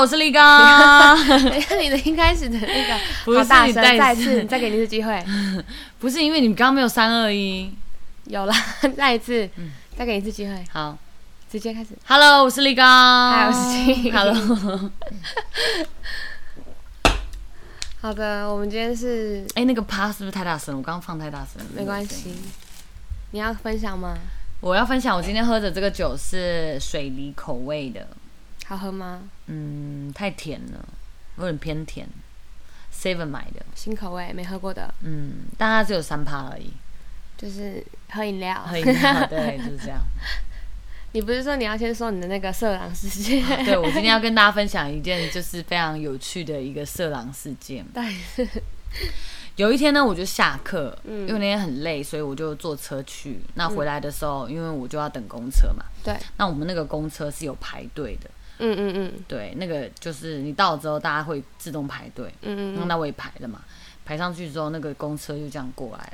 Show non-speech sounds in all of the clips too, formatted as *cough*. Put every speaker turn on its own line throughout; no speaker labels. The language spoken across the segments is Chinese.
我是力
*laughs*
刚，
等一下你的一开始的
*laughs*
那个，
不是
好大
你
声，
再一
再
次
次，再给你一次机
*laughs*
会，
不是因为你们刚刚没有三二一。
有了， *laughs* 再一次，
嗯
再给你一次机会，
好
直接开始。
，Hello，我是力刚，
嗨我是静
Hello，
好的，我们今天是
哎、那个啪是不是太大声？我刚刚放太大声了，
没关系。你要分享吗？
我要分享，我今天喝的这个酒是水梨口味的，
好喝吗？
嗯，太甜了，有点偏甜。Seven 买的，
新口味，没喝过的，
嗯，但它只有三趴而
*laughs*
已，
就是喝饮料。
喝饮料，对，就是这样。
*laughs* 你不是说你要先说你的那个色狼事件？
啊对，
*laughs*
我今天要跟大家分享一件就是非常有趣的一个色狼事件。
到底是
有一天呢，我就下课，
嗯
因为那天很累，所以我就坐车去。那回来的时候，
嗯
因为我就要等公车嘛，
对，
那我们那个公车是有排队的，
嗯嗯嗯
对，那个就是你到了之后，大家会自动排队。
嗯嗯
那我也排了嘛，排上去之后，那个公车就这样过来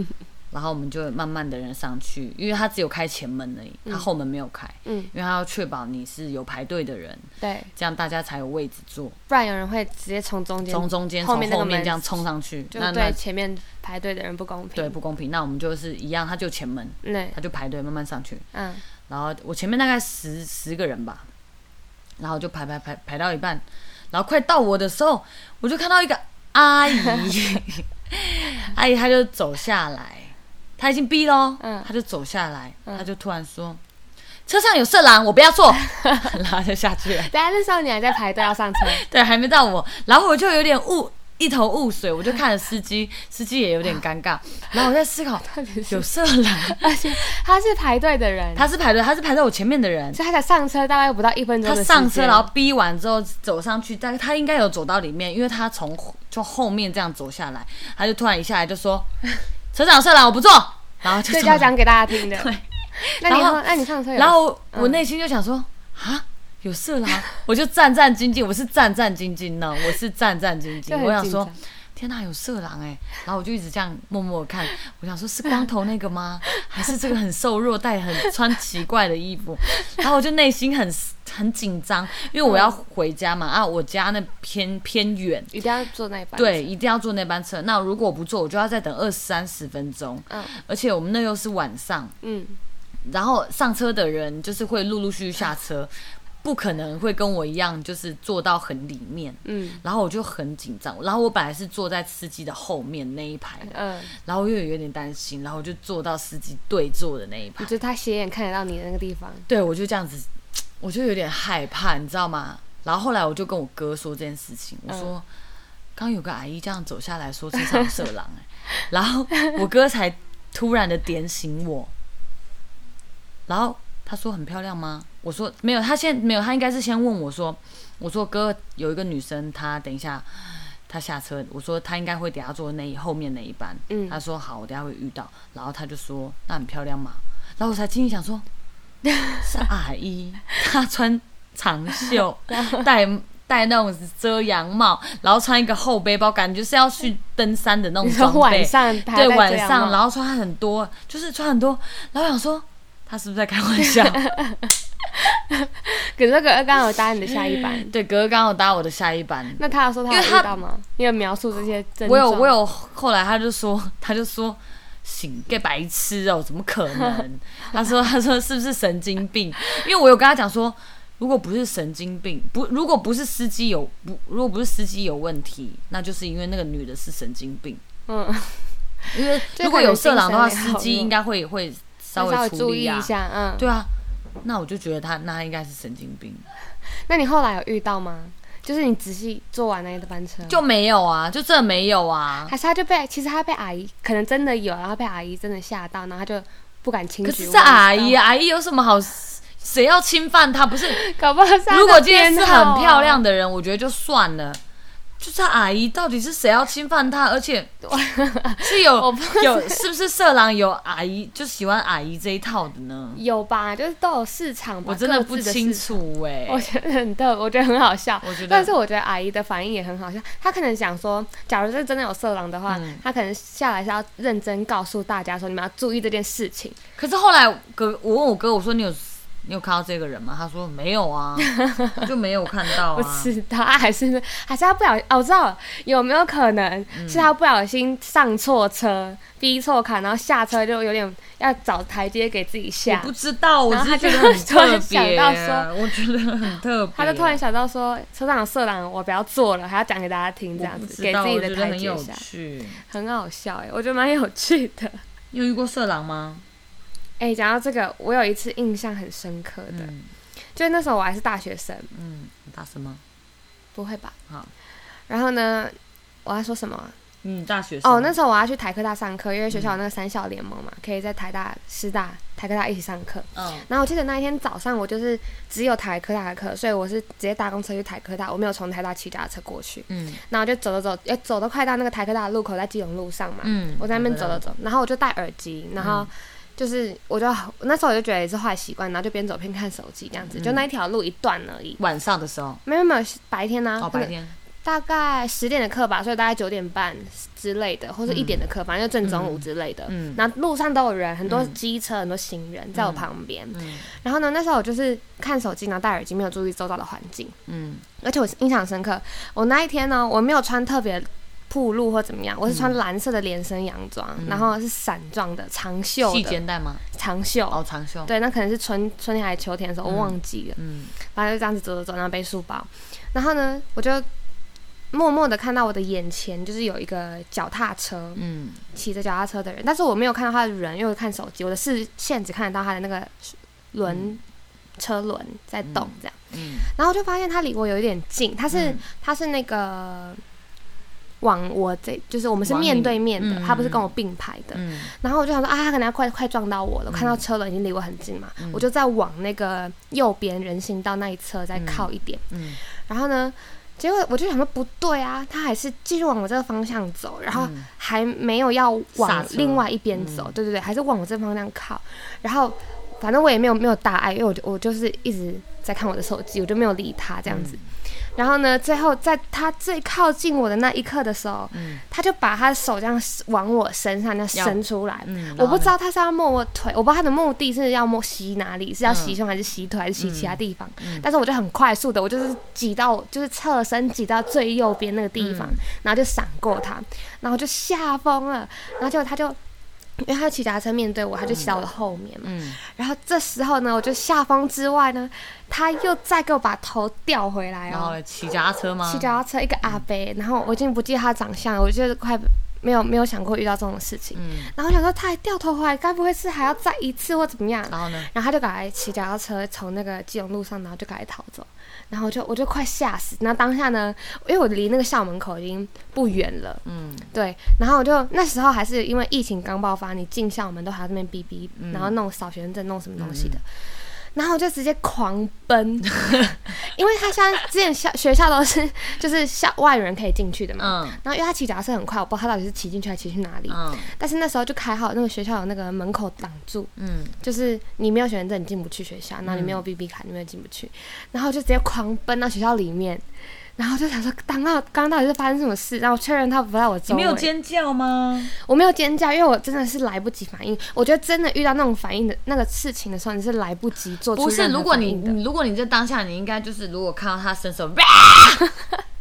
了，
*laughs*
然后我们就慢慢的人上去，因为它只有开前门而已，它后门没有开，
嗯，
因为它要确保你是有排队的人，
对，
这样大家才有位置坐。
不然有人会直接从中间
从中间
后
从
面那
后
个
面
门
这样冲上去，
就
那那
对前面排队的人不公平。
对不公平。那我们就是一样，他就前门，
对，
他就排队慢慢上去。
嗯
然后我前面大概十十个人吧，然后就排排排排到一半，然后快到我的时候，我就看到一个阿姨，阿姨她就走下来，她已经逼了哦，
嗯
她就走下来，她就突然说：“车上有色狼，我不要坐。”然后就下去了。
等一下啊那时候你还在排队要上车，
对，还没到我，然后我就有点雾，一头雾水，我就看了司机，司机也有点尴尬，然后我在思考，有色
*laughs*
狼，
而且他是排队的人，
他是排队，他是排在我前面的人，
所以他才上车大概不到一分钟
他
的时间。
上车然后逼完之后走上去，但他应该有走到里面，因为他从就后面这样走下来，他就突然一下来就说，车长有色狼，我不坐，然后就
这就
走
要讲给大家听的。
*laughs* 对，
那你
然后
后那你上车有，
然后我
嗯
内心就想说，啊。有色狼， *laughs* 我就战战兢兢，我是战战兢兢呢，我是战战兢
就
兢。
很
我想
紧
说
张，
天哪，有色狼哎、然后我就一直这样默默地看，我想说是光头那个吗？还是这个很瘦弱、戴很穿奇怪的衣服？ *laughs* 然后我就内心很很紧张，因为我要回家
嗯
嘛啊，我家那偏偏远，
一定要坐那一班。，
对，一定要坐那班车。那如果我不坐，我就要再等二三十分钟，
嗯
而且我们那又是晚上，
嗯，
然后上车的人就是会陆陆续续下车，不可能会跟我一样就是坐到很里面。
嗯
然后我就很紧张，然后我本来是坐在司机的后面那一排的，
嗯，
然后我又有点担心，然后我就坐到司机对坐的那一排
就，是他斜眼看得到你的那个地方。
对我就这样子，我就有点害怕，你知道吗？然后后来我就跟我哥说这件事情，我说。刚有个阿姨这样走下来说车上有色狼、哎，然后我哥才突然的点醒我，然后他说很漂亮吗？我说没有，他先没有，他应该是先问我说，我说哥有一个女生，她等一下她下车，我说她应该会等下坐那一后面那一班，
嗯
他说好，我等下会遇到，然后他就说那很漂亮嘛，然后我才心里想
*laughs*
说，是阿姨，她穿长
*laughs*
袖，戴戴那种遮阳帽，然后穿一个厚背包，感觉是要去登山的那
你
种
说
装备，
晚上排
对
队
晚
这样
上，
吗
然后穿很多，就是穿很多，然后我想说他是不是在开玩笑？
*laughs* 可是那个刚好搭你的下一班。
对，哥哥刚好搭我的下一班，
那他有说他
嗯因
有
为他
遇到吗？你有描述这些症状？
我有我，有，后来他就说 *laughs* 他就说。醒，给白痴哦、怎么可能？他说，他说是不是神经病？因为我有跟他讲说，如果不是神经病，不，如果不是司机有不，如果不是司机有问题，那就是因为那个女的是神经病。
嗯，
*laughs* 因
*laughs*
为
就
如果
可能
有色狼的话，
精神也
司
好
机
弱
应该会会稍
稍
微
微
处
注意
理啊
一。下。嗯，
对啊，那我就觉得他那他应该是神经病，
那你后来有遇到吗？就是你仔细坐完那一班车，
就没有啊，就这没有啊。
还是他就被，其实他被阿姨可能真的有，然后被阿姨真的吓到，然后他就不敢轻举。
可是这阿
嗯
姨，，阿姨有什么好？谁要侵犯她？不是，
搞不好是她
如果
的
今天是
编号啊
很漂亮，的人，我觉得就算了。就是阿姨，到底是谁要侵犯她？而且是
*laughs* 我
有
不知
有是不是色狼有阿姨就喜欢阿姨这一套的呢？
有吧，就是都有市场吧，
我真的
各
不
自的
清
市场。
楚哎、
我觉得很逗，我觉得很好笑。
我觉得
但是我觉得阿姨的反应也很好笑。她可能想说，假如是真的有色狼的话，
嗯
她可能下来是要认真告诉大家说，你们要注意这件事情。
可是后来哥，我问我哥，我说你有你有看到这个人吗？”他说：“没有啊，我就没有看到
*laughs* 不
啊。
知道，啊、还是还是他不小心哦，我知道了有没有可能、是他不小心上错车，逼错卡，然后下车就有点要找台阶给自己”
我
下
不，知道，我
然
只
后
是
他
觉得
就
很
突然
特别，
想到说
我觉得很特别。
他就突然想到说车上有色狼，我不要坐了，还要讲给大家听，这
我
样
不
子
知
给
道，
自己
我
的
觉得
台
很
阶
有
*laughs* 下，
趣。
很好笑哎，我觉得蛮有趣的。
你有遇过色狼吗？
哎、讲到这个，我有一次印象很深刻的，
嗯
就是那时候我还是大学生，
嗯，很大声吗？
不会吧？
好，
然后呢，我要说什么啊？
嗯，大学生
哦，那时候我要去台科大上课，因为学校有那个三校联盟嘛，可以在台大、师大、台科大一起上课。
嗯
然后我记得那一天早上，我就是只有台科大的课，所以我是直接搭公车去台科大，我没有从台大骑脚踏车过去。
嗯
然后我就走走走，也走到快到那个台科大的路口，在基隆路上嘛，
嗯，
我在那边走
了
走走，然后我就戴耳机，然后就是我就那时候我就觉得也是坏习惯，然后就边走边看手机这样子，
嗯
就那一条路一段而已。
晚上的时候，
没有没有，白天啊呢、
哦，白天，
大概十点的课吧，所以大概九点半之类的，或者一点的课，反正就正中午之类的。
嗯
然后路上都有人，很多机车，很多行人在我旁边。
嗯
然后呢，那时候我就是看手机，然后戴耳机，没有注意周遭的环境。
嗯
而且我印象很深刻，我那一天呢，我没有穿特别铺路或怎么样，我是穿蓝色的连身洋装，
嗯
然后是伞状的长袖
系
的
肩带吗？
长袖。
哦，长袖，
对，那可能是春春天还是秋天的时候，我忘记了。
嗯
然后就这样子走走走，然后背书包，然后呢，我就默默的看到我的眼前就是有一个脚踏车，
嗯
骑着脚踏车的人，但是我没有看到他的人，因为我看手机，我的视线只看得到他的那个轮、车轮在动这样，
嗯，
然后我就发现他离我有一点近，他是、他是那个。往我这就是我们是
往你
面对面的，
嗯
他不是跟我并排的，
嗯
然后我就想说啊，他可能要快快撞到我了，看到车轮已经离我很近嘛，
嗯
我就再往那个右边人行道那一侧再靠一点。
嗯
然后呢，结果我就想说不对啊，他还是继续往我这个方向走，然后
嗯
还没有要
刹
往
车嗯
另外一边走，对对对，还是往我这方向靠。然后反正我也没有没有大碍，因为我就我就是一直在看我的手机，我就没有理他这样子。
嗯
然后呢，最后在他最靠近我的那一刻的时候，
嗯
他就把他的手这样往我身上这样
要
伸出来，
嗯，
我不知
道，
道他是要摸我腿，我不知道他的目的是要摸洗哪里，是要洗
嗯
胸还是洗腿还是洗其他地方。
嗯
但是我就很快速的，我就是挤到，就是侧身挤到最右边那个地
嗯
方，然后就闪过他，然后就吓疯了，然后结果他就。因为他骑脚踏车面对我，他就骑到我的后面嘛。
嗯
然后这时候呢，我就吓疯之外呢，他又再给我把头调回来
然后
哦，
嘞骑脚踏车吗？
骑脚踏车一个阿伯，然后我已经不记得他长相了，我就是快没有没有想过遇到这种事情。
嗯，
然后我想说他还掉头回来，该不会是还要再一次或怎么样？
然后呢？
然后他就赶快骑脚踏车从那个基隆路上，然后就赶快逃走。然后我就我就快吓死。那当下呢，因为我离那个校门口已经不远了，
嗯
对。然后我就那时候还是因为疫情刚爆发，你进校门都还要那边哔哔，然后弄扫学生证，弄什么东西的。然后我就直接狂奔，因为他现在之前校学校都是就是校外人可以进去的嘛。
嗯
然后因为他骑脚踏车很快，我不知道他到底是骑进去还是骑去哪里。
嗯
但是那时候就还好，那个学校有那个门口挡住，
嗯，
就是你没有学生证，你进不去学校；然后你没有 BB 卡，你没有进不去。然后就直接狂奔到学校里面，然后就想说，刚刚刚刚到底是发生什么事？然后确认他不在我
你
周
没有
围，
尖叫吗？
我没有尖叫，因为我真的是来不及反应。我觉得真的遇到那种反应的那个事情的时候，你是来不及做出
不是，
任何
如果你
反应的
你如果你在当下，你应该就是如果看到他伸 *laughs* 手，哇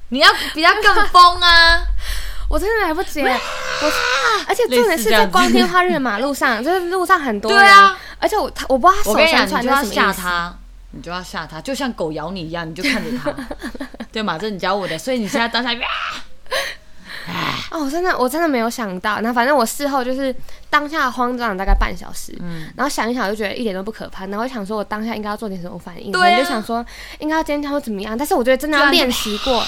你要比他更疯啊！
我真的来不及，啊我而且
类似
重点是
这样
在
子
光天化日的马路上，就是路上很多人，
对啊，
而且我他我不知道他
我
手
跟你
伸
讲，
出来
你就要
那是什么
吓
意思。
他，你就要吓他，就像狗咬你一样，你就看着 *laughs* 他，对嘛？这是你教我的，所以你现在当 *laughs* 下，哇
哦，我真的我真的没有想到，那反正我事后就是当下慌张了大概半小时，
嗯
然后想一想就觉得一点都不可怕，然后我想说我当下应该要做点什么反应，
对啊
我就想说应该要尖叫或怎么样，但是我觉得真的要练习过，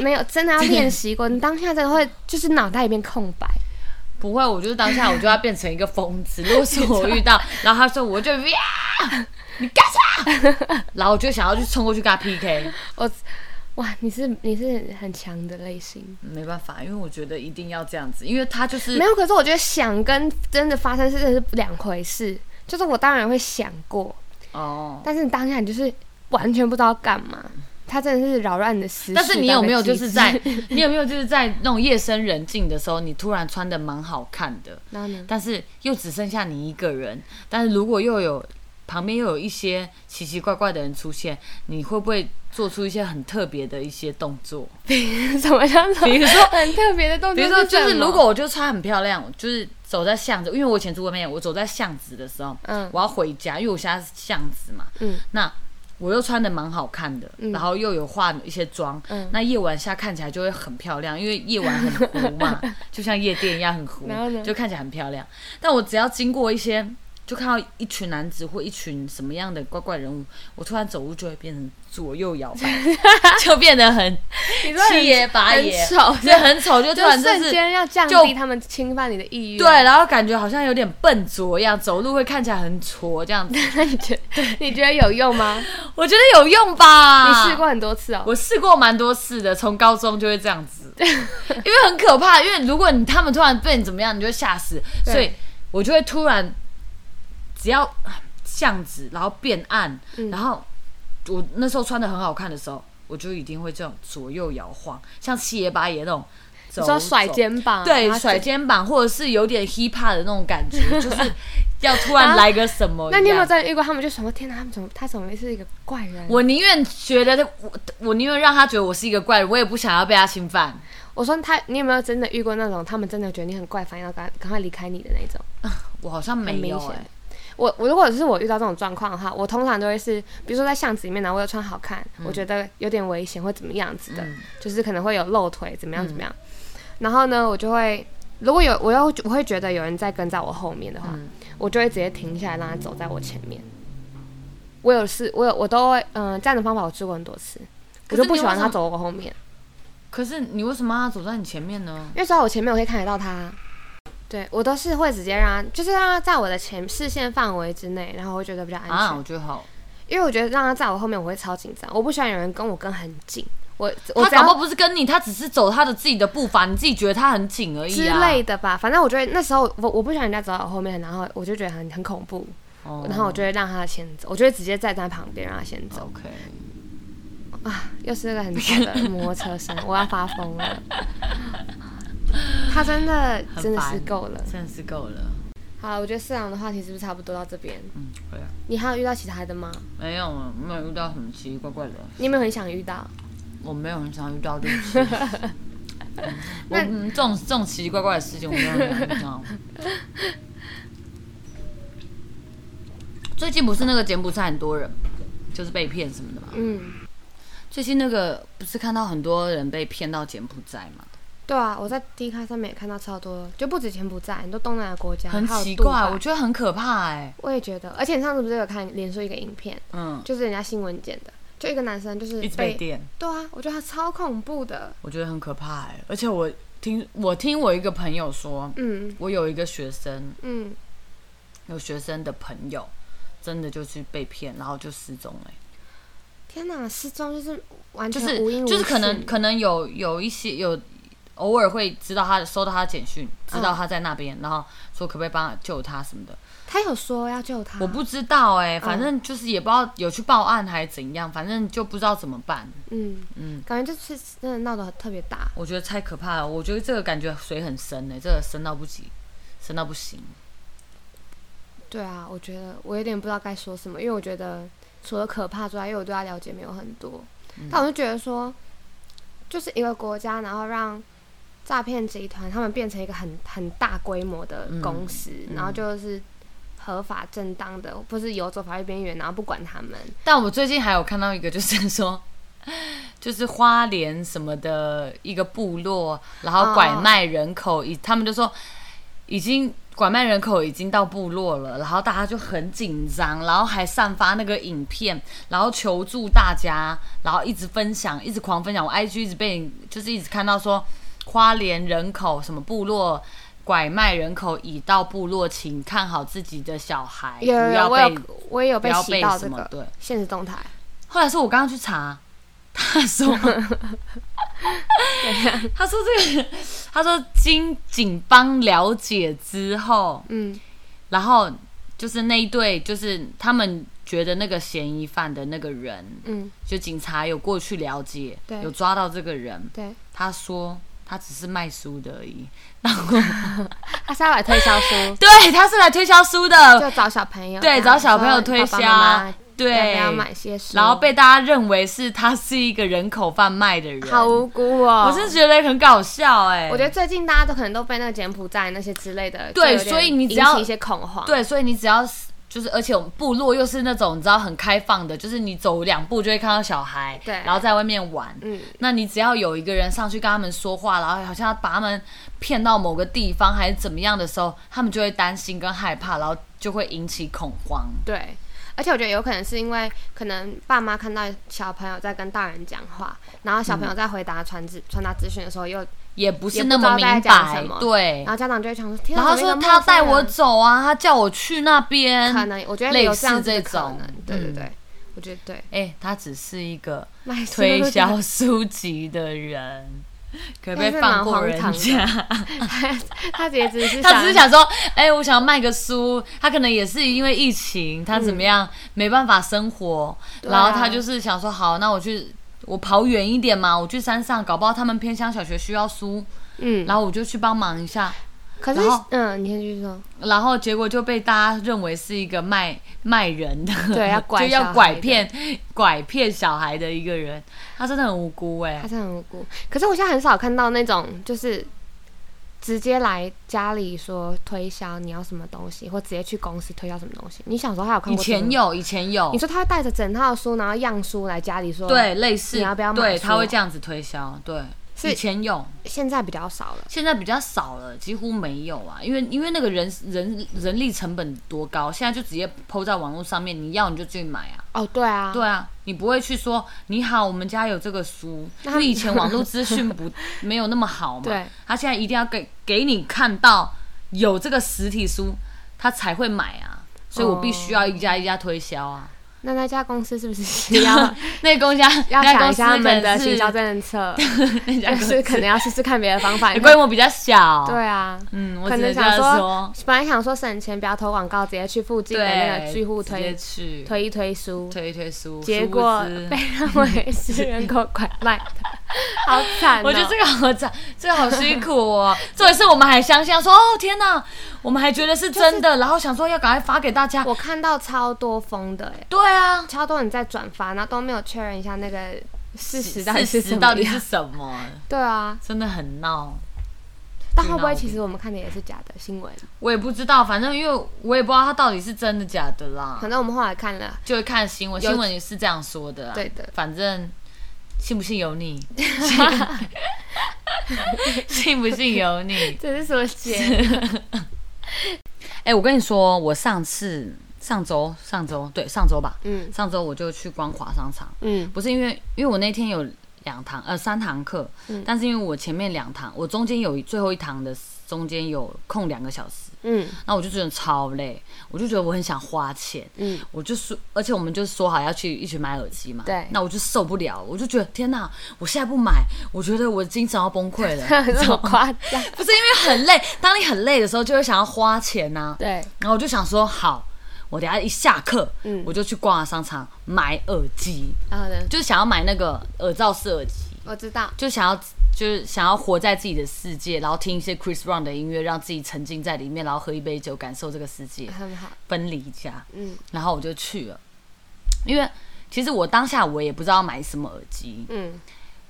没有真的要练习过，你当下真的会就是脑袋一片空白，
不会，我就是当下我就要变成一个疯子。如果是我遇 *laughs* 到，然后他说我就哇，你干啥？然后我就想要去冲过去跟他 PK，
我哇，你是你是很强的类型，
没办法，因为我觉得一定要这样子，因为他就是
没有，可是我觉得想跟真的发生是真的是两回事，就是我当然会想过，
哦。
但是你当下你就是完全不知道干嘛，他真的是扰乱你的思绪。
但是你有没有就是在
*laughs* 到一个极致
你有没有就是在那种夜深人静的时候，你突然穿的蛮好看的，
然后呢？
但是又只剩下你一个人，但是如果又有旁边又有一些奇奇怪怪的人出现，你会不会做出一些很特别的一些动作？
什么叫做？
比如说
*laughs* 很特别的动作，
比如说，就是
什么
如果我就穿很漂亮，就是走在巷子，因为我以前住外面，我走在巷子的时候，
嗯
我要回家，因为我现在是巷子嘛，
嗯，
那我又穿的蛮好看的，
嗯
然后又有化一些妆，
嗯
那夜晚下看起来就会很漂亮，因为夜晚很糊嘛， *laughs* 就像夜店一样很糊
然后呢，
就看起来很漂亮。但我只要经过一些，就看到一群男子或一群什么样的怪怪人物，我突然走路就会变成左右摇摆，
*laughs*
就变得很
你说
七爷八
很
爷，
丑，
所以很丑，就突
就
然就
瞬
是。
间要降
就
低他们侵犯你的意愿。
对，，然后感觉好像有点笨拙一样，走路会看起来很挫这样子。
*laughs* 那你觉得你觉得有用吗？
我觉得有用吧？
你试？过很多次哦。
啊我试过蛮多次的，从高中就会这样
*laughs*
子，因为很可怕。因为如果你他们突然被你怎么样，你就会吓死。
对
所以我就会突然，只要巷子，然后变暗，
嗯
然后我那时候穿的很好看的时候，我就一定会这种左右摇晃，像七爷八爷那种走。
你说甩
走
肩膀，然
对，
后
甩
走。
肩膀，或者是有点 hip hop 的那种
*laughs*
感觉，就是要突然来个什么一样。
啊那你有没有真的遇过他们就想说天哪，他们怎么他怎么会是一个怪人？
我宁愿觉得我，我宁愿让他觉得我是一个怪人，我也不想要被他侵犯。
我说他，你有没有真的遇过那种他们真的觉得你很怪，反而要赶赶快离开你的那种？
我好像没
很明
有哎、
显。欸我我如果是我遇到这种状况的话，我通常都会是，比如说在巷子里面，然后我又穿好看，我觉得有点危险或怎么样子的，就是可能会有露腿怎么样怎么样。然后呢，我就会如果有我又我会觉得有人在跟在我后面的话，我就会直接停下来让他走在我前面。我有试，我有我都会，嗯、这样的方法我试过很多次，我
可是
就不
你
喜
为
欢他
什么
走我后面，
可是你为什么让他走在你前面呢？
因为走在我前面我可以看得到他。对我都是会直接让他，就是让他在我的前视线范围之内，然后我会觉得比较安全。
啊，我觉得好，
因为我觉得让他在我后面，我会超紧张，我不喜欢有人跟我跟很近，我我
他
只
搞不好
要
不是跟你，他只是走他的自己的步伐，你自己觉得他很紧而已
之
啊。
类的吧。反正我觉得那时候我我不喜欢人家走到我后面，然后我就觉得很很恐怖，
哦
然后我就会让他先走，我就会直接站在旁边让他先走。
OK，哦
啊，又是那个很吵的摩托车声，我要发
*laughs*
疯了。他真的
很
真的
烦
是够了。
真的是够了。
好了，我觉得四郎的话题是不是差不多到这边？
嗯，对啊，
你还有遇到其他的吗？
没有啊，没有遇到什么奇奇怪怪的，
你有没有很想遇到？
我没有很常遇到这 *laughs* 种。我
那
嗯这种这种奇奇怪怪的事情，我没有很常遇到。最近不是那个柬埔寨很多人就是被骗什么的嘛？
嗯，
最近那个不是看到很多人被骗到柬埔寨嘛？
对啊，我在 D 卡上面也看到超多，就不止柬埔寨，很多东南亚国家，
很
还有
奇
杜
怪，
拜
我觉得很可怕哎、
我也觉得，而且你上次不是有看连说一个影片，
嗯，
就是人家新闻剪的，就一个男生就是
一直被电，
对啊，我觉得他超恐怖的，
我觉得很可怕哎、而且我听我听我一个朋友说，
嗯
我有一个学生，
嗯，
有学生的朋友，真的就是被骗，然后就失踪了欸、
天哪，失踪就是完
就
全
是
无音无
就是可能
讯
可能有有一些有偶尔会知道他收到他的简讯，知道
嗯
他在那边，然后说可不可以帮他救他什么的，
他有说要救他，
我不知道哎、反正就是也不知道有去报案还是怎样，反正就不知道怎么办。
嗯嗯
嗯，
感觉就是真的闹得很特别大，
我觉得太可怕了，我觉得这个感觉水很深哎、这个深到不行，深到不行。
对啊，我觉得我有点不知道该说什么，因为我觉得除了可怕之外，因为我对他了解没有很多，
嗯
但我就觉得说，就是一个国家，然后让诈骗集团他们变成一个很很大规模的
嗯
公司，然后就是合法正当的，不是游走法律边缘，然后不管他们。
但我最近还有看到一个，就是说， *laughs* 就是花莲什么的一个部落，然后拐卖人口，以、他们就说已经拐卖人口已经到部落了，然后大家就很紧张，然后还散发那个影片，然后求助大家，然后一直分享，一直狂分享，我 IG 一直被就是一直看到说花莲人口什么部落。拐卖人口已到部落，请看好自己的小孩，
有有
哎不要
有，我
被
有我也有
不
被
要
洗
被
到
什
这
么
个
对。
现实动态，
后来是我刚刚去查，他
*laughs*
说，他说这个，他说经警方了解之后，
嗯
然后就是那一对，就是他们觉得那个嫌疑犯的那个人，
嗯，
就警察有过去了解
对，
有抓到这个人，
对，
他说。他只是卖书的而
*laughs*
已。然后，，
他是要来推销书
对，他是来推销书的，
就找小朋友，啊
对，找小朋友推销，
说爸爸妈妈
对，
要不要买些书，
然后被大家认为是他是一个人口贩卖的人，
好无辜哦。
我是觉得很搞笑哎、
我觉得最近大家都可能都被那个柬埔寨那些之类的，
对
就有点
所以你只要
引起一些恐慌，
对，所以你只要是就是，而且我们部落又是那种你知道很开放的，就是你走两步就会看到小孩，
对
然后在外面玩。
嗯，
那你只要有一个人上去跟他们说话，然后好像要把他们骗到某个地方还是怎么样的时候，他们就会担心跟害怕，然后就会引起恐慌。
对。而且我觉得有可能是因为，可能爸妈看到小朋友在跟大人讲话，然后小朋友在回答传
嗯
资传达资讯的时候又，
也不是
哎也不
那
知道
么
在
明
讲
白
什么，
对
然。后家长就会想说，天
然
啊
后
怎么
说
一个
他要
陌生
带我
人
走啊，他叫我去那边。
可能我觉得
类
有这样
似
子
这
的可
种
能，对对
嗯
对，我觉得对。
哎、他只是一个
卖书
推
的 *laughs*
销书籍的人，可不可以
但是
放
蛮
过
荒
人
唐的 *laughs*
家？
他他也只是
*laughs* 他只是想说，哎、我想要卖个书。他可能也是因为疫情，他怎么样、没办法生活，
对啊
然后他就是想说，好，那我去，我跑远一点嘛，我去山上，搞不好他们偏乡小学需要书，
嗯，
然后我就去帮忙一下。
可是
然后
嗯，你先继续说，
然后结果就被大家认为是一个卖 *laughs* 卖人的，
对
*laughs*
要拐
就
小孩
要
的
拐骗 *laughs* 拐骗小孩的一个人，他真的很无辜哎、
他是很无辜。可是我现在很少看到那种就是直接来家里说推销你要什么东西，或直接去公司推销什么东西。你小时候还有看
以
过这种
前？有，以前有
你，说他会带着整套书，然后样书来家里说，
对，，类似，
你要不要买
对，
书
他会这样子推销，对，
是
以前有，
现在比较少了。
现在比较少了，几乎没有啊，因为因为那个人人人力成本多高，现在就直接抛在网络上面，你要你就自己买啊。
哦，对啊，
对啊，你不会去说你好，我们家有这个书，
那
因
他
为以前网络资讯
*laughs*
不没有那么好嘛。
对，
他现在一定要给给你看到有这个实体书，他才会买啊。所以我必
哦
须要一家一家推销啊。
那那家公司是
*laughs*
不是要
那公家
要
那
想
公
一
司
下他们
可
的
能
行
是 *laughs*
销政策？
那家公
就
司
*laughs* 是可能要试试看别的
*laughs*
方法。
规模比较小。
哎对啊，
嗯，我
可
只
能
是这样
想
说。
本来想说省钱不要投广告，直接去附近的那个
对，
巨户
直接
推
去
推一推书，
推一推书，
结
殊不
*laughs* 果
知 *laughs*
被认为是人口拐卖 *laughs* 的，好惨、哦！
我觉得这个好惨，这个好辛苦哦。这一次我们还相信说，哦天哪，我们还觉得是真的，然后想说要赶快发给大家。
我看到超多封的、欸，
对啊，
超多人在转发，然后都没有确认一下那个事实到底是
事
什
实
么
到底
样
是什么？
对啊，
真的很闹，
但会不
闹
会
的
其实我们看的也哦是假的新闻？
我也不知道，反正因为我也不知道它到底是真的假的啦
反，正我们后来看了，
就会看新闻，
嗯有
新闻也是这样说的啊。
对的
反正信不信由你， *laughs* 信信不信由你。
这是什么节？
哎、我跟你说，我上次上周上周对上周吧，
嗯
上周我就去光华商场，
嗯
不是因为因为我那天有两堂呃三堂课，
嗯
但是因为我前面两堂，我中间有一最后一堂的中间有空两个小时，
嗯
那我就觉得超累，我就觉得我很想花钱。
嗯，
我就说，而且我们就说好要去一起买耳机嘛。
对
那我就受不了，我就觉得天哪，我现在不买，我觉得我精神要崩溃
*laughs*
了。
*laughs* 这么夸张？
不是因为很累，当你很累的时候，就会想要花钱呐、
*laughs* 对，
然后我就想说，好，我等一下一下课，
嗯
我就去逛商场买耳机，
然后呢？
就是想要买那个耳罩式耳机，
我知道，
就想要就是想要活在自己的世界，然后听一些 Chris Brown 的音乐，让自己沉浸在里面，然后喝一杯酒，感受这个世界，
很好，
分离一下。
嗯
然后我就去了，因为其实我当下我也不知道买什么耳机，
嗯，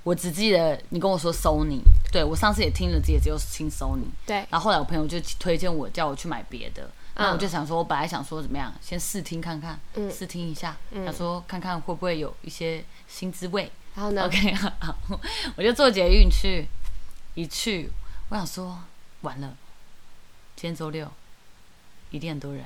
我只记得你跟我说 Sony，对我上次也听了，也只有听 Sony。
对，
然后后来我朋友就推荐我，叫我去买别的。那我
嗯
就想说，我本来想说怎么样，先试听看看，
嗯
试听一下，他说看看会不会有一些新滋味。
然后呢？
OK，好， *laughs* 我就坐捷运去，一去，我想说完了，今天周六，一定很多人，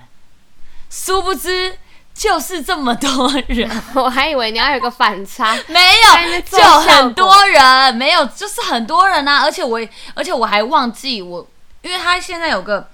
殊不知就是这么多
*laughs*
人，
*laughs* 我还以为你要有个反差，
没
在那
有，
边
就
做效果
很多人，没有，就是很多人啊！而且我，而且我还忘记我，因为他现在有个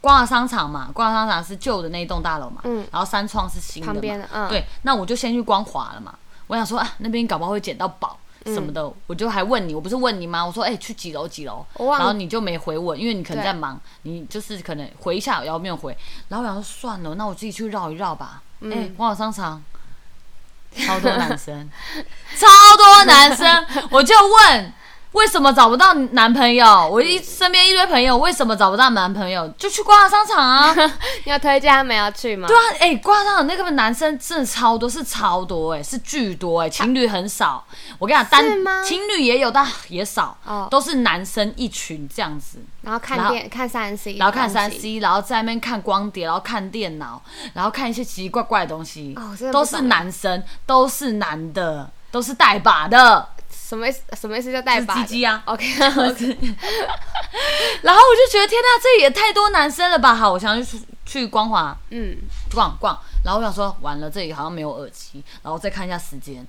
光华商场嘛，光华商场是旧的那一栋大楼嘛，
嗯
然后三创是新的嘛
旁边的嗯
对，那我就先去光华了嘛，我想说啊，那边搞不好会捡到宝。
嗯
什么的，我就还问你，我不是问你吗？我说，哎、去几楼几楼？
我忘
然后你就没回我，因为你可能
对
在忙，你就是可能回一下，然后没有回。然后我想说，算了，那我自己去绕一绕吧。哎、
嗯
光华商
*laughs*
场
*laughs*
超多男生，超多男生，我就问为什么找不到男朋友？我一身边一堆朋友，为什么找不到男朋友？就去逛商场啊！
你有推荐他们 *laughs* 要去吗？
对啊，哎、逛商场那个男生真的超多，是超多哎、是巨多哎、情侣很少。我跟你讲，
啊是吗
单情侣也有，但也少，
哦
都是男生一群这样子。
然后
啊然
看
后
电看三 C，
然后看三 C，然后在那边看光碟，然后看电脑，然后看一些奇奇怪怪的东西，
哦我真的不
都是
懂
男生，都是男的，都是带把的，
什么意思？什么意思叫带把的？
就是鸡鸡啊 *laughs*
OK，
然后我就觉得天呐，这也太多男生了吧！好，我想要去去光华
嗯，
逛逛，然后我想说完了，这里好像没有耳机，然后再看一下时间，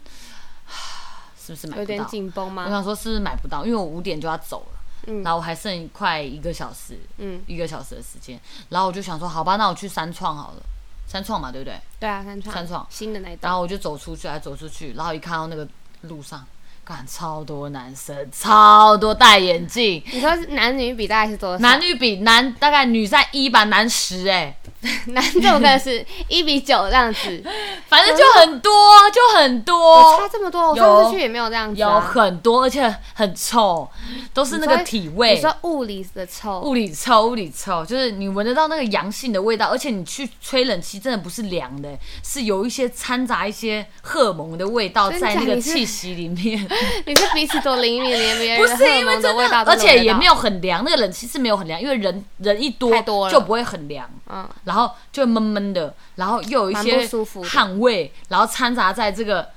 *sighs* 是不是买
有
不
点
到？
紧绷
我
吗？
想说是不是买不到，因为我五点就要走了。
嗯
然后我还剩快一个小时，
嗯，
一个小时的时间，然后我就想说，好吧，那我去三创好了，三创嘛，对不对？
对啊，三创，
三创
新的那一
然
档，
后我就走出去，还走出去，然后一看到那个路上，干超多男生，超多戴眼镜，
你说是男女比大概是多少？
男女比男大概女在一吧，男十哎、
*laughs* 男这种可能
*laughs*
是一比九这样子，
反正就很多，就很
我差
多，
这么多，我
哦有
上次去也没有这样子
有
啊。
很多，而且很臭，都是那
你
个
说
体味。
你说物理的臭，
物理臭，物理臭，就是你闻得到那个阳性的味道，而且你去吹冷气，真的不是凉的，是有一些掺杂一些荷尔蒙的味道
真假
在那个
你是
气息里
*laughs*
面。
你是彼此多灵敏，连别人
不
的荷
是
尔
因为
蒙的
真
味
的
道，
而且也没
有，
有很凉，那个冷气是没有很凉，因为人人一多
太多了
就不会很凉，
嗯，
然后就闷闷的，然后又有一
蛮
些
不舒服的
汗味，然后掺杂在这个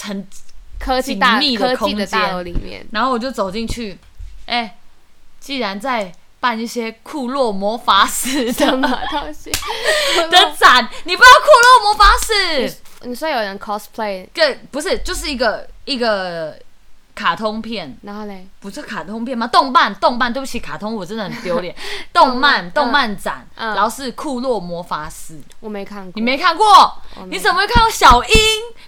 很
科技大
紧密的
科
空
技的
间
大楼里面， *laughs*
然后我就走进去，哎、既然在办一些库洛魔法使
什
的
么
*laughs*
东西？
的展，你不要库洛魔法使，
你说有人 cosplay，
个不是就是一个一个卡通片，
然后嘞，
不是卡通片吗？动漫，动漫，对不起，卡通我真的很
*laughs*
丢脸。动漫，动漫展，
嗯
然后是库洛魔法使，
我没看过，
你没看过
我？哦没
你怎么会看过小樱？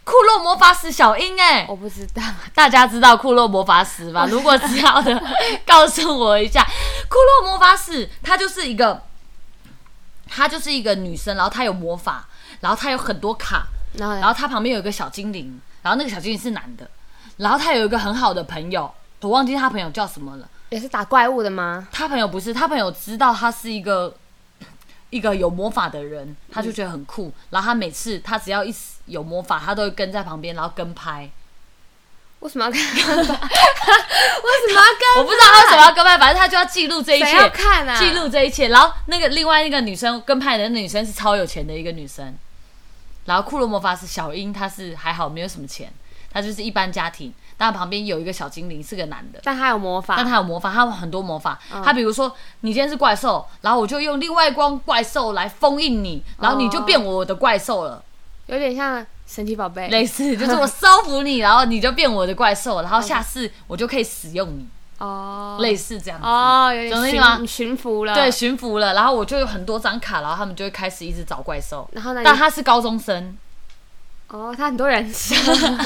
库洛魔法使小樱，哎，
我不知道，
大家知道库洛魔法使吧？如果知道的，告诉我一下。库洛魔法使，它就是一个，它就是一个女生，然后她有魔法，然后她有很多卡，
然后嘞
然后他旁边有一个小精灵，然后那个小精灵是男的，然后他有一个很好的朋友，我忘记他朋友叫什么了。
也是打怪物的吗？
他朋友不是，他朋友知道他是一个一个有魔法的人，他就觉得很酷。然后他每次他只要一死有魔法，他都会跟在旁边，然后跟拍。
*laughs* 为什么要看？ *laughs* 为什么要跟？
我不知道他为什么要跟拍，反正他就要记录这一
谁要
切，
看啊？
记录这一切。然后那个另外一个女生跟拍的那女生是超有钱的一个女生，然后库洛魔法是小樱，她是还好没有什么钱，她就是一般家庭，但旁边有一个小精灵是个男的。
但他有魔
但
法，
他有魔法，他有很多魔法。
嗯
他比如说，你今天是怪兽，然后我就用另外一光怪兽来封印你，
哦
然后你就变我的怪兽了，
有点像神奇宝贝。
类似就是
*laughs*
我收服你，然后你就变我的怪兽，然后下次我就可以使用你，
嗯哦，
类似这样子。
哦，有
懂那意思
点
吗
驯驯服了。
对，，驯服了，然后我就有很多张卡，然后他们就会开始一直找怪兽。
然后呢？
但他是高中生， *laughs*
哦，他很多 *laughs* 人设，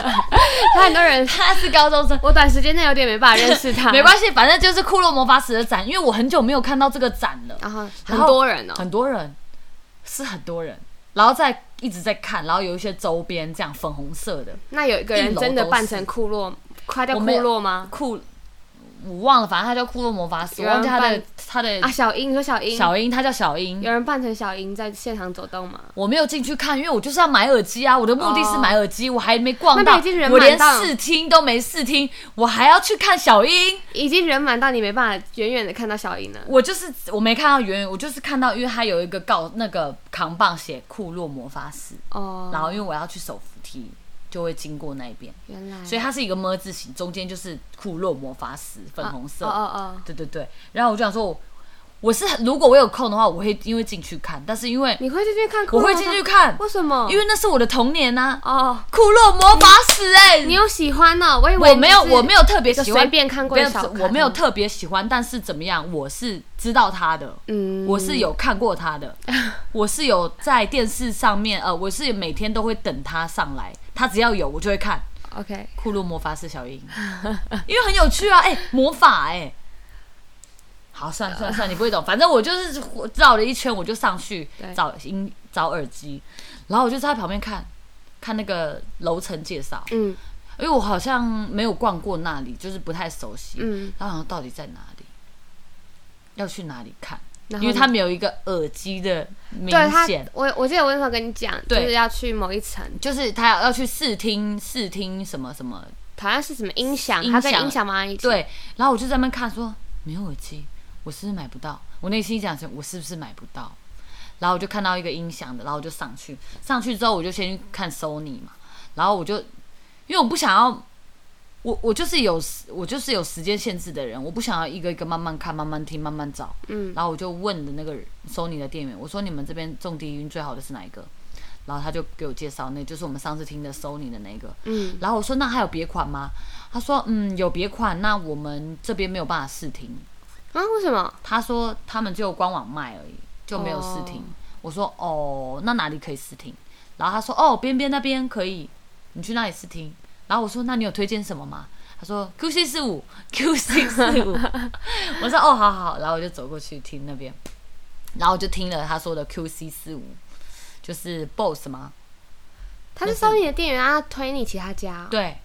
他很多人设，
他是高中生，
我短时间内有点没办法认识他。
*laughs* 没关系，反正就是骷髅魔法使的展，因为我很久没有看到这个展了。
然后
然
很
后
多人哦，
很多人是很多人，然后再一直在看，然后有一些周边这样粉红色的
那有一个人真的扮成库洛，他叫库洛吗？
酷，我忘了，反正他叫骷髅魔法使，
有
我
人
忘记他的
扮
他的
啊，小樱，你说小樱，
小樱，他叫小樱
有。人扮成小樱在现场走动吗？
我没有进去看，因为我就是要买耳机啊！我的目的是买耳机，我还没逛
那
到，
边已经人
我连
满到
试听都没试听，我还要去看小樱。
已经人满到你没办法远远的看到小樱了。
我就是我没看到远远，我就是看到，因为他有一个告那个扛棒写库洛魔法使，然
哦，
后因为我要去手扶梯，就会经过那边。
原来，
所以它是一个么字形，中间就是库洛魔法石，粉红色。
哦哦哦，
对对对，然后我就想说我，我是如果我有空的话，我会因为进去看，但是因为
你会进去看库
我
洛吗？
会进去看，
为什么？
因为那是我的童年呐、啊。
哦，
库洛魔法石哎、
你有喜欢呢？我以为
我没有我没
有
有特别喜
就
欢，
随便看过
没有
的小卡通
我没有特别喜欢，但是怎么样，我是知道他的。
嗯
我是有看过他
*laughs*
的，我是有在电视上面，呃，我是每天都会等他上来，他只要有我就会看。
OK，
库洛魔法使小
*laughs*
樱，因为很有趣啊，哎、魔法哎、好，算了算了
呃
算了，你不会懂，反正我就是绕了一圈，我就上去
对
找音找耳机，然后我就在他旁边看，看那个楼层介绍，
嗯，
因为我好像没有逛过那里，就是不太熟悉。
嗯，
然后好像到底在哪里，要去哪里看？
然后
因为它
你
没有一个耳机的明
对他
显，，
我我记得我那时候跟你讲，就
对
是要去某一层，
就是他要要去试听试听什么什么，
好像是什么音响，
音
它跟
响
音响放在一起。，
对。然后我就在那边看说没有耳机，我是不是买不到？我内心想说，我是不是买不到？然后我就看到一个音响的，然后我就上去，上去之后我就先去看 Sony 嘛，然后我就因为我不想要，我我就是有我就是有时间限制的人，我不想要一个一个慢慢看、慢慢听、慢慢找。
嗯，
然后我就问了那个 Sony 的店员，我说你们这边重低音最好的是哪一个？然后他就给我介绍，那就是我们上次听的 Sony 的那个。
嗯，
然后我说那还有别款吗？他说嗯有别款，那我们这边没有办法试听。
啊，为什么？
他说他们只有官网卖而已，就没有试听。
哦
我说哦，那哪里可以试听？然后他说哦，边边那边可以，你去那里试听。然后我说那你有推荐什么吗？他说 QC 四五，QC 四五。 *laughs* 我说哦，好好好。然后我就走过去听那边，然后我就听了他说的 QC 四五，就是 BOSS 吗？
他是
那是
收你的店员，他推你其他家。，
对，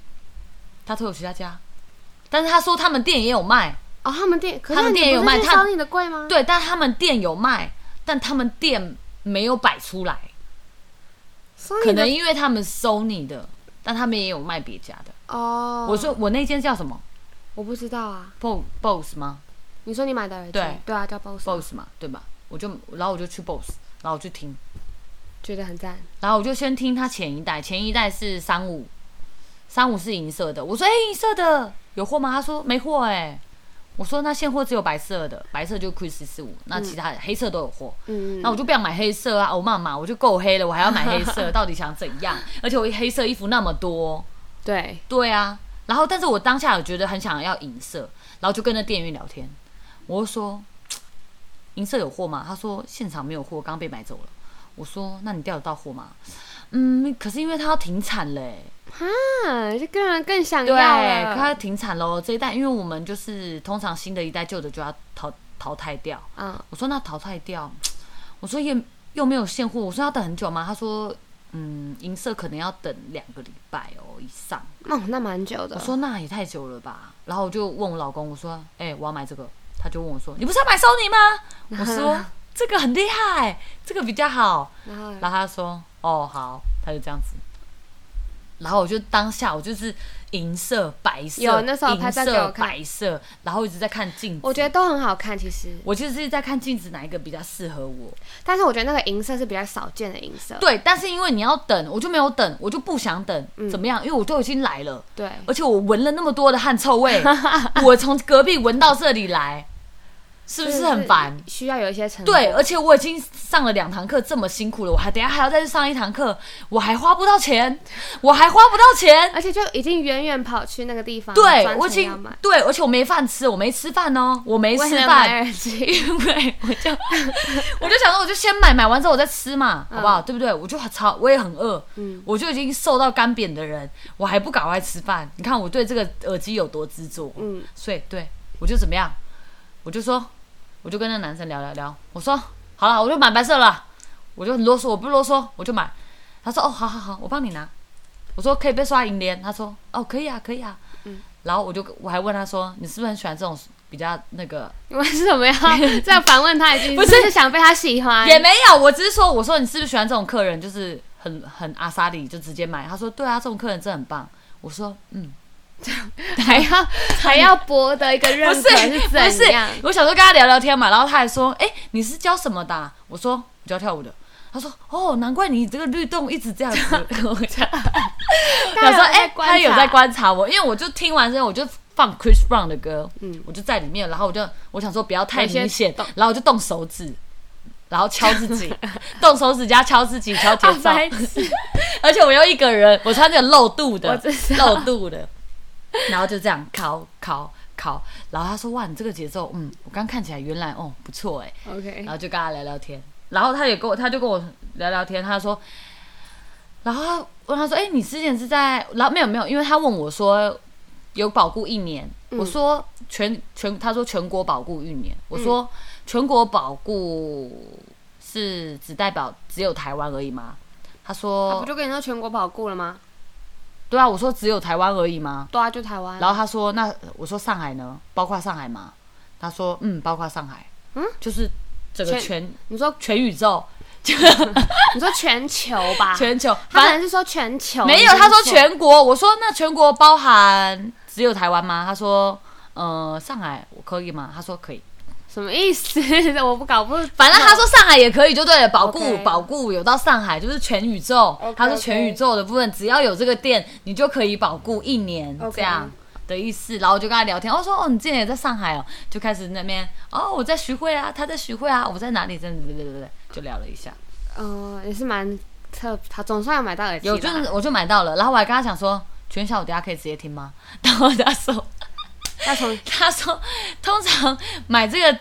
他推我去他家，但是他说他们店也有卖，
哦，他们店，可
他
是
们
你
店
不
有
是
卖
去
他
收你的柜吗？，
对，但他们店有卖，但他们店没有摆出来。
收
可
你
能
的
因为他们收你的，但他们也有卖别家的。
哦。
我说我那间叫什么
我不知道啊，
？Bo Boss 吗
你说你买的耳机，
对
对啊，叫 BOSS，
？Boss 嘛，对吧？我就然后我就去 Boss，然后我就听，
觉得很赞。
然后我就先听他前一代，前一代是三五，三五是银色的。我说哎、银色的有货吗？他说没货哎、我说那现货只有白色的，白色就 Chris 四五，那其他的黑色都有货。
嗯，
那我
就
就不想买黑色啊，欧妈妈，我就够黑了，我还要买黑
*laughs*
色，到底想怎样？而且我黑色衣服那么多，
对，
对啊，然后但是我当下有觉得很想要银色，然后就跟那店员聊天，我就说嘖银色有货吗？他说现场没有货，刚被买走了。我说那你调得到货吗？嗯，可是因为它要停产嘞、
啊，就个人更想要
对，
了
它要停产喽。这一代，因为我们就是通常新的一代旧的就要淘淘汰掉。
啊，
我说那淘汰掉，嘖我说也又没有现货，我说要等很久吗？他说嗯，银色可能要等两个礼拜哦以上。
哦，那蛮久的。
我说那也太久了吧，然后我就问我老公，我说，哎、我要买这个，他就问我说，你不是要买 Sony 吗？我
*laughs*
说这个很厉害，这个比较好。
然后
然后他说，哦好，他就这样子。然后我就当下我就是银色、白色，
有那时候有拍
银
照给我
色、
看
白色，然后一直在看镜子。
我觉得都很好看，其实，
我就是在看镜子哪一个比较适合我。
但是我觉得那个银色是比较少见的银色。
对，但是因为你要等，我就没有等，我就不想等，怎么样？因为我都已经来了。
对，
而且我闻了那么多的汗臭 *laughs* 味，我从隔壁闻到这里来，是不是很烦？？
需要有一些成果
对，而且我已经上了两堂课，这么辛苦了，我还等一下还要再去上一堂课，我还花不到钱，我还花不到钱。
而且就已经远远跑去那个地方，
对，
专
我已
程要
经
买，
对，而且我没饭吃，我没吃饭哦，我没
为
吃
了买
饭，
耳
*laughs*
机，
因为我就我就想说，我就先买，买完之后我再吃嘛，好不好？对不对？我就超，我也很饿，
嗯
我就已经瘦到干扁的人，我还不赶快吃饭？你看我对这个耳机有多执着， *laughs*
嗯，
所以对我就怎么样，我就说，我就跟那男生聊聊聊，我说好了，我就买白色了，我就很啰嗦，我不啰嗦，我就买。他说哦，好好好，我帮你拿。我说可以被刷银联，他说哦，可以啊，可以啊。
嗯
然后我就我还问他说，你是不是很喜欢这种比较那个？
你为什么要这样反问他一句？
不是
是想被他喜欢？
也没有，我只是说，我说你是不是喜欢这种客人，就是很很阿莎里就直接买。他说对啊，这种客人真的很棒。我说嗯，
*laughs* 还要还要博得一个认
*laughs* 不
可
是不
怎样？
是，我想说跟他聊聊天嘛，然后他还说，哎、你是教什么的啊、我说我教跳舞的。他说：“哦，难怪你这个律动一直
*laughs*
这样子。” *laughs* 我想
他有
说：“
在
哎、
观察
他有在观察我，因为我就听完之后，我就放 Chris Brown 的歌，
嗯
我就在里面，然后我就我想说不要太
有些
明显
动，
然后我就动手指，然后敲自
*laughs*
己，动手指加敲自己，敲节
啊
奏，*laughs*
白痴，
而且我又一个人，我穿着露肚
我
的
知，道
露肚
*laughs*
的，然后就这样烤烤烤，然后他说哇，你这个节奏，嗯，我刚看起来原来哦不错哎，
OK，
然后就跟他聊聊天，然后他也跟我，他就跟我聊聊天，他说，然后他问他说，哎、你之前是在，然后没有没有，因为他问我说有保固一年，
嗯
我说全全，他说全国保固一年，我说全国保固是只代表只有台湾而已吗？他说
啊我就跟你说全国保固了吗？
对啊，我说只有台湾而已吗？
对啊，就台湾。
然后他说那我说上海呢，包括上海吗？他说嗯，包括上海，
嗯，
就是整个
全
全
你说
全宇宙，
你说全球吧？
全球，
啊他可
反
能是说全球，
没有
你
他说
是错
全国，我说那全国包含只有台湾吗？他说呃上海我可以吗？他说可以，
什么意思？ *laughs* 我不搞不，
反正他说上海也可以就对了，保固
OK
保固有到上海就是全宇宙
OK，
他说全宇宙的部分只要有这个店，你就可以保固一年
OK
这样。的意思，然后我就跟他聊天，我、说哦，你之前也在上海哦，就开始那边哦，我在徐汇啊，他在徐汇啊，我在哪里，这样子，对对对对，就聊了一下，
嗯、呃，也是蛮特，他总算有买到耳机
有
吧，
就是我就买到了，然后我还跟他讲说，全小我等下可以直接听吗？然后他说
要从
他说，通常买这个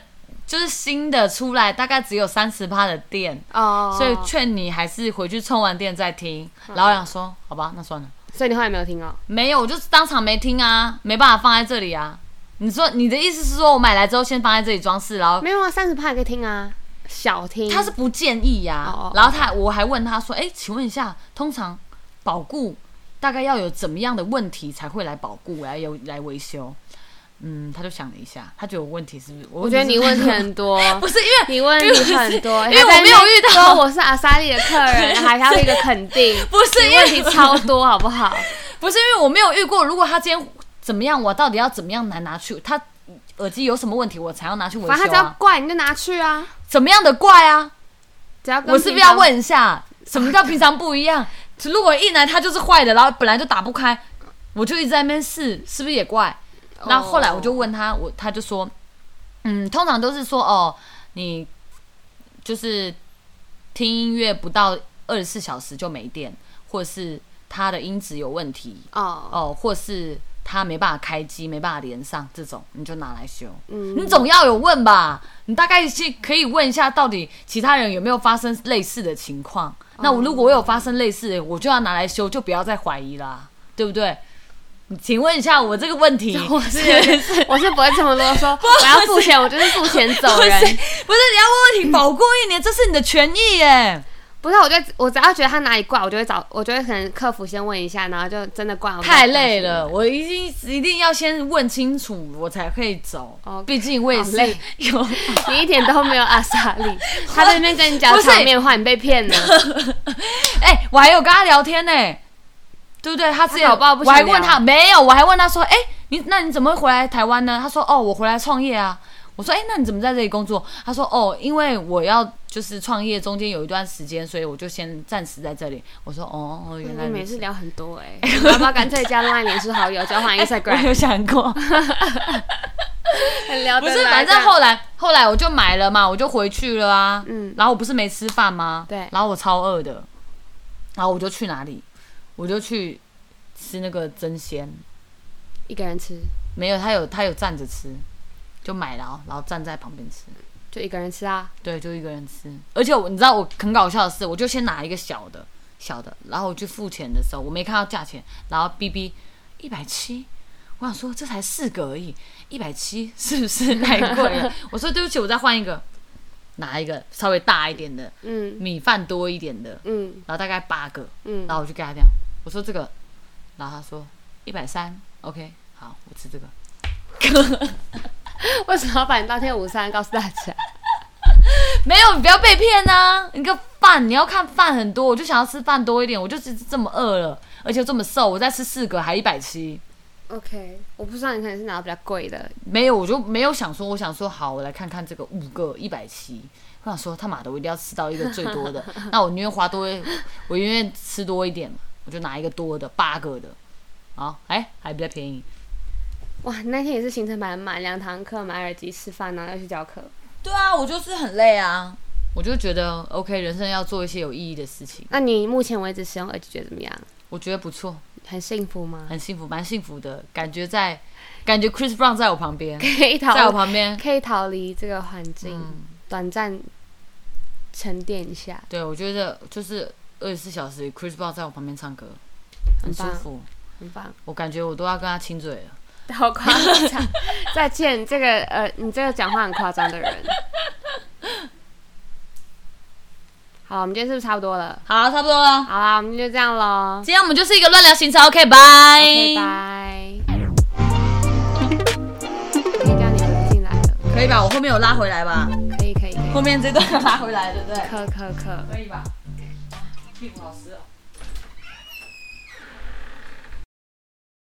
就是新的出来，大概只有三十趴的店，
哦，嗯
所以劝你还是回去充完电再听。然后我想说，好吧，那算了，
所以你后来没有听哦，
没有，我就是当场没听啊，没办法放在这里啊。你说你的意思是说我买来之后先放在这里装饰，然后
没有啊，三十趴也可以听啊，小听，
哦他是不建议呀、
哦哦哦
然后他还我还问他说，哎、请问一下，通常保固大概要有怎么样的问题才会来保固来有来维修？嗯，他就想了一下，他觉得我问题是不是？我
我觉得你
是不是
问题很多。
*laughs* 不是因为
你问
因为
题很多，
因为我没有遇到
说我是阿莎莉的
*laughs*
客人，还要一个肯定，
不是
你
因为
问题超多，好不
*laughs*
好？
不是因为我没有遇过，如果他今天怎么样，我到底要怎么样来拿去？他耳机有什么问题，我才要拿去维
反正他
修
只要
啊？
怪你就拿去啊，
怎么样的怪啊？
只要跟
我是不是
平
要
常？
问一下，什么叫平常不一样？如果一来它就是坏的，然后本来就打不开，我就一直在那边试，是不是也怪？
哦
那后来我就问他，我他就说，嗯，通常都是说哦，你就是听音乐不到二十四小时就没电，或是它的音质有问题，
哦，
哦，或是它没办法开机，没办法连上，这种你就拿来修。
嗯
你总要有问吧？你大概去可以问一下，到底其他人有没有发生类似的情况？
哦
那我如果我有发生类似的，我就要拿来修，就不要再怀疑啦，对不对？你请问一下，我这个问
*laughs*
题
*laughs* 我是我是不会这么
*laughs*
啰嗦，我要付钱，我就是付钱走
不是不是
人。
你要问问题，保过一年，这是你的权益耶。
不是，我就我只要觉得他哪里怪，我就会找，我就会可能客服先问一下，然后就真的怪我。
太累了，，我一定一定要先问清楚，我才可以走
哦。
毕竟我也
好
是
累
有
你一点都没有阿莎莉，
*laughs*
他在那边跟你讲
不是
场面话，你被骗了。
*laughs* 哎、我还有跟他聊天呢、对不对？他之前
他搞不好不
我
想
还
聊啊
问他没有，我还问他说，哎、你那你怎么会回来台湾呢？他说，哦，我回来创业啊。我说，哎、那你怎么在这里工作？他说，哦，因为我要就是创业，中间有一段时间，所以我就先暂时在这里。我说，哦，哦 *laughs* 原来
你
如
每
此
次聊很多哎、欸，要不要干脆加另外脸书好友，交
*laughs*
换
我
Instagram？
有想过，
很聊
不
得
是，
啊来
反正
这样
后来后来我就买了嘛，我就回去了啊。
嗯
然后我不是没吃饭吗？
对
然后我超饿的，然后我就去哪里？我就去吃那个蒸鲜。
一个人吃，
没有，他有他有站着吃，就买了哦，然后站在旁边吃。
就一个人吃啊。
对，就一个人吃。而且我你知道我很搞笑的是，我就先拿一个小的小的，然后我去付钱的时候，我没看到价钱，然后 B B 一百七。我想说，这才四个而已，一百七是不是太贵了？我说对不起，我再换一个，拿一个稍微大一点的，
嗯
米饭多一点的，
嗯
然后大概八个，
嗯
然，后我就跟他讲，我说这个，然后他说一百三，OK，好，我吃这个。
*laughs* 为什么要把你当天午餐告诉大家？
没有，你不要被骗呐、你个饭，你要看饭很多，我就想要吃饭多一点，我就是这么饿了，而且这么瘦，我再吃四个还一百七，
OK，我不知道你可能是拿到比较贵的，
没有，我就没有想说，我想说好，我来看看这个五个一百七。我想说他妈的，我一定要吃到一个最多 *laughs* 的，那我宁愿花多，我宁愿吃多一点，我就拿一个多的八个的，好，哎，还比较便宜。
哇，那天也是行程满满，两堂课，买耳机，吃饭，然后又去教课。
对啊，我就是很累啊，我就觉得 OK，人生要做一些有意义的事情，
那你目前为止使用耳机觉得怎么样？
我觉得不错。
很幸福吗？
很幸福，蛮幸福的感觉在，感觉 Chris Brown 在我旁边，
*laughs* 可以
在我
逃，
旁边，
可以逃离这个环境，
嗯，
短暂沉淀一下，
对我觉得就是二十四小时 Chris Brown 在我旁边唱歌，很
很
舒
棒
服，
很棒。
我感觉我都要跟他亲嘴了。
好夸张！ *laughs* 再见，这个 *laughs* 呃，你这个讲话很夸张的人。好了，我们今天是不是差不多了？
好，差不多了，
好啦，我们就这样喽。
今天我们就是一个乱聊行程，OK，拜
OK，拜。可以叫你们进来了，
可以吧？我后面有拉回来
*laughs*
吧？
可以可以可以，
后面这段有拉回来，对不对？
可可可。
可以吧？屁股好湿哦。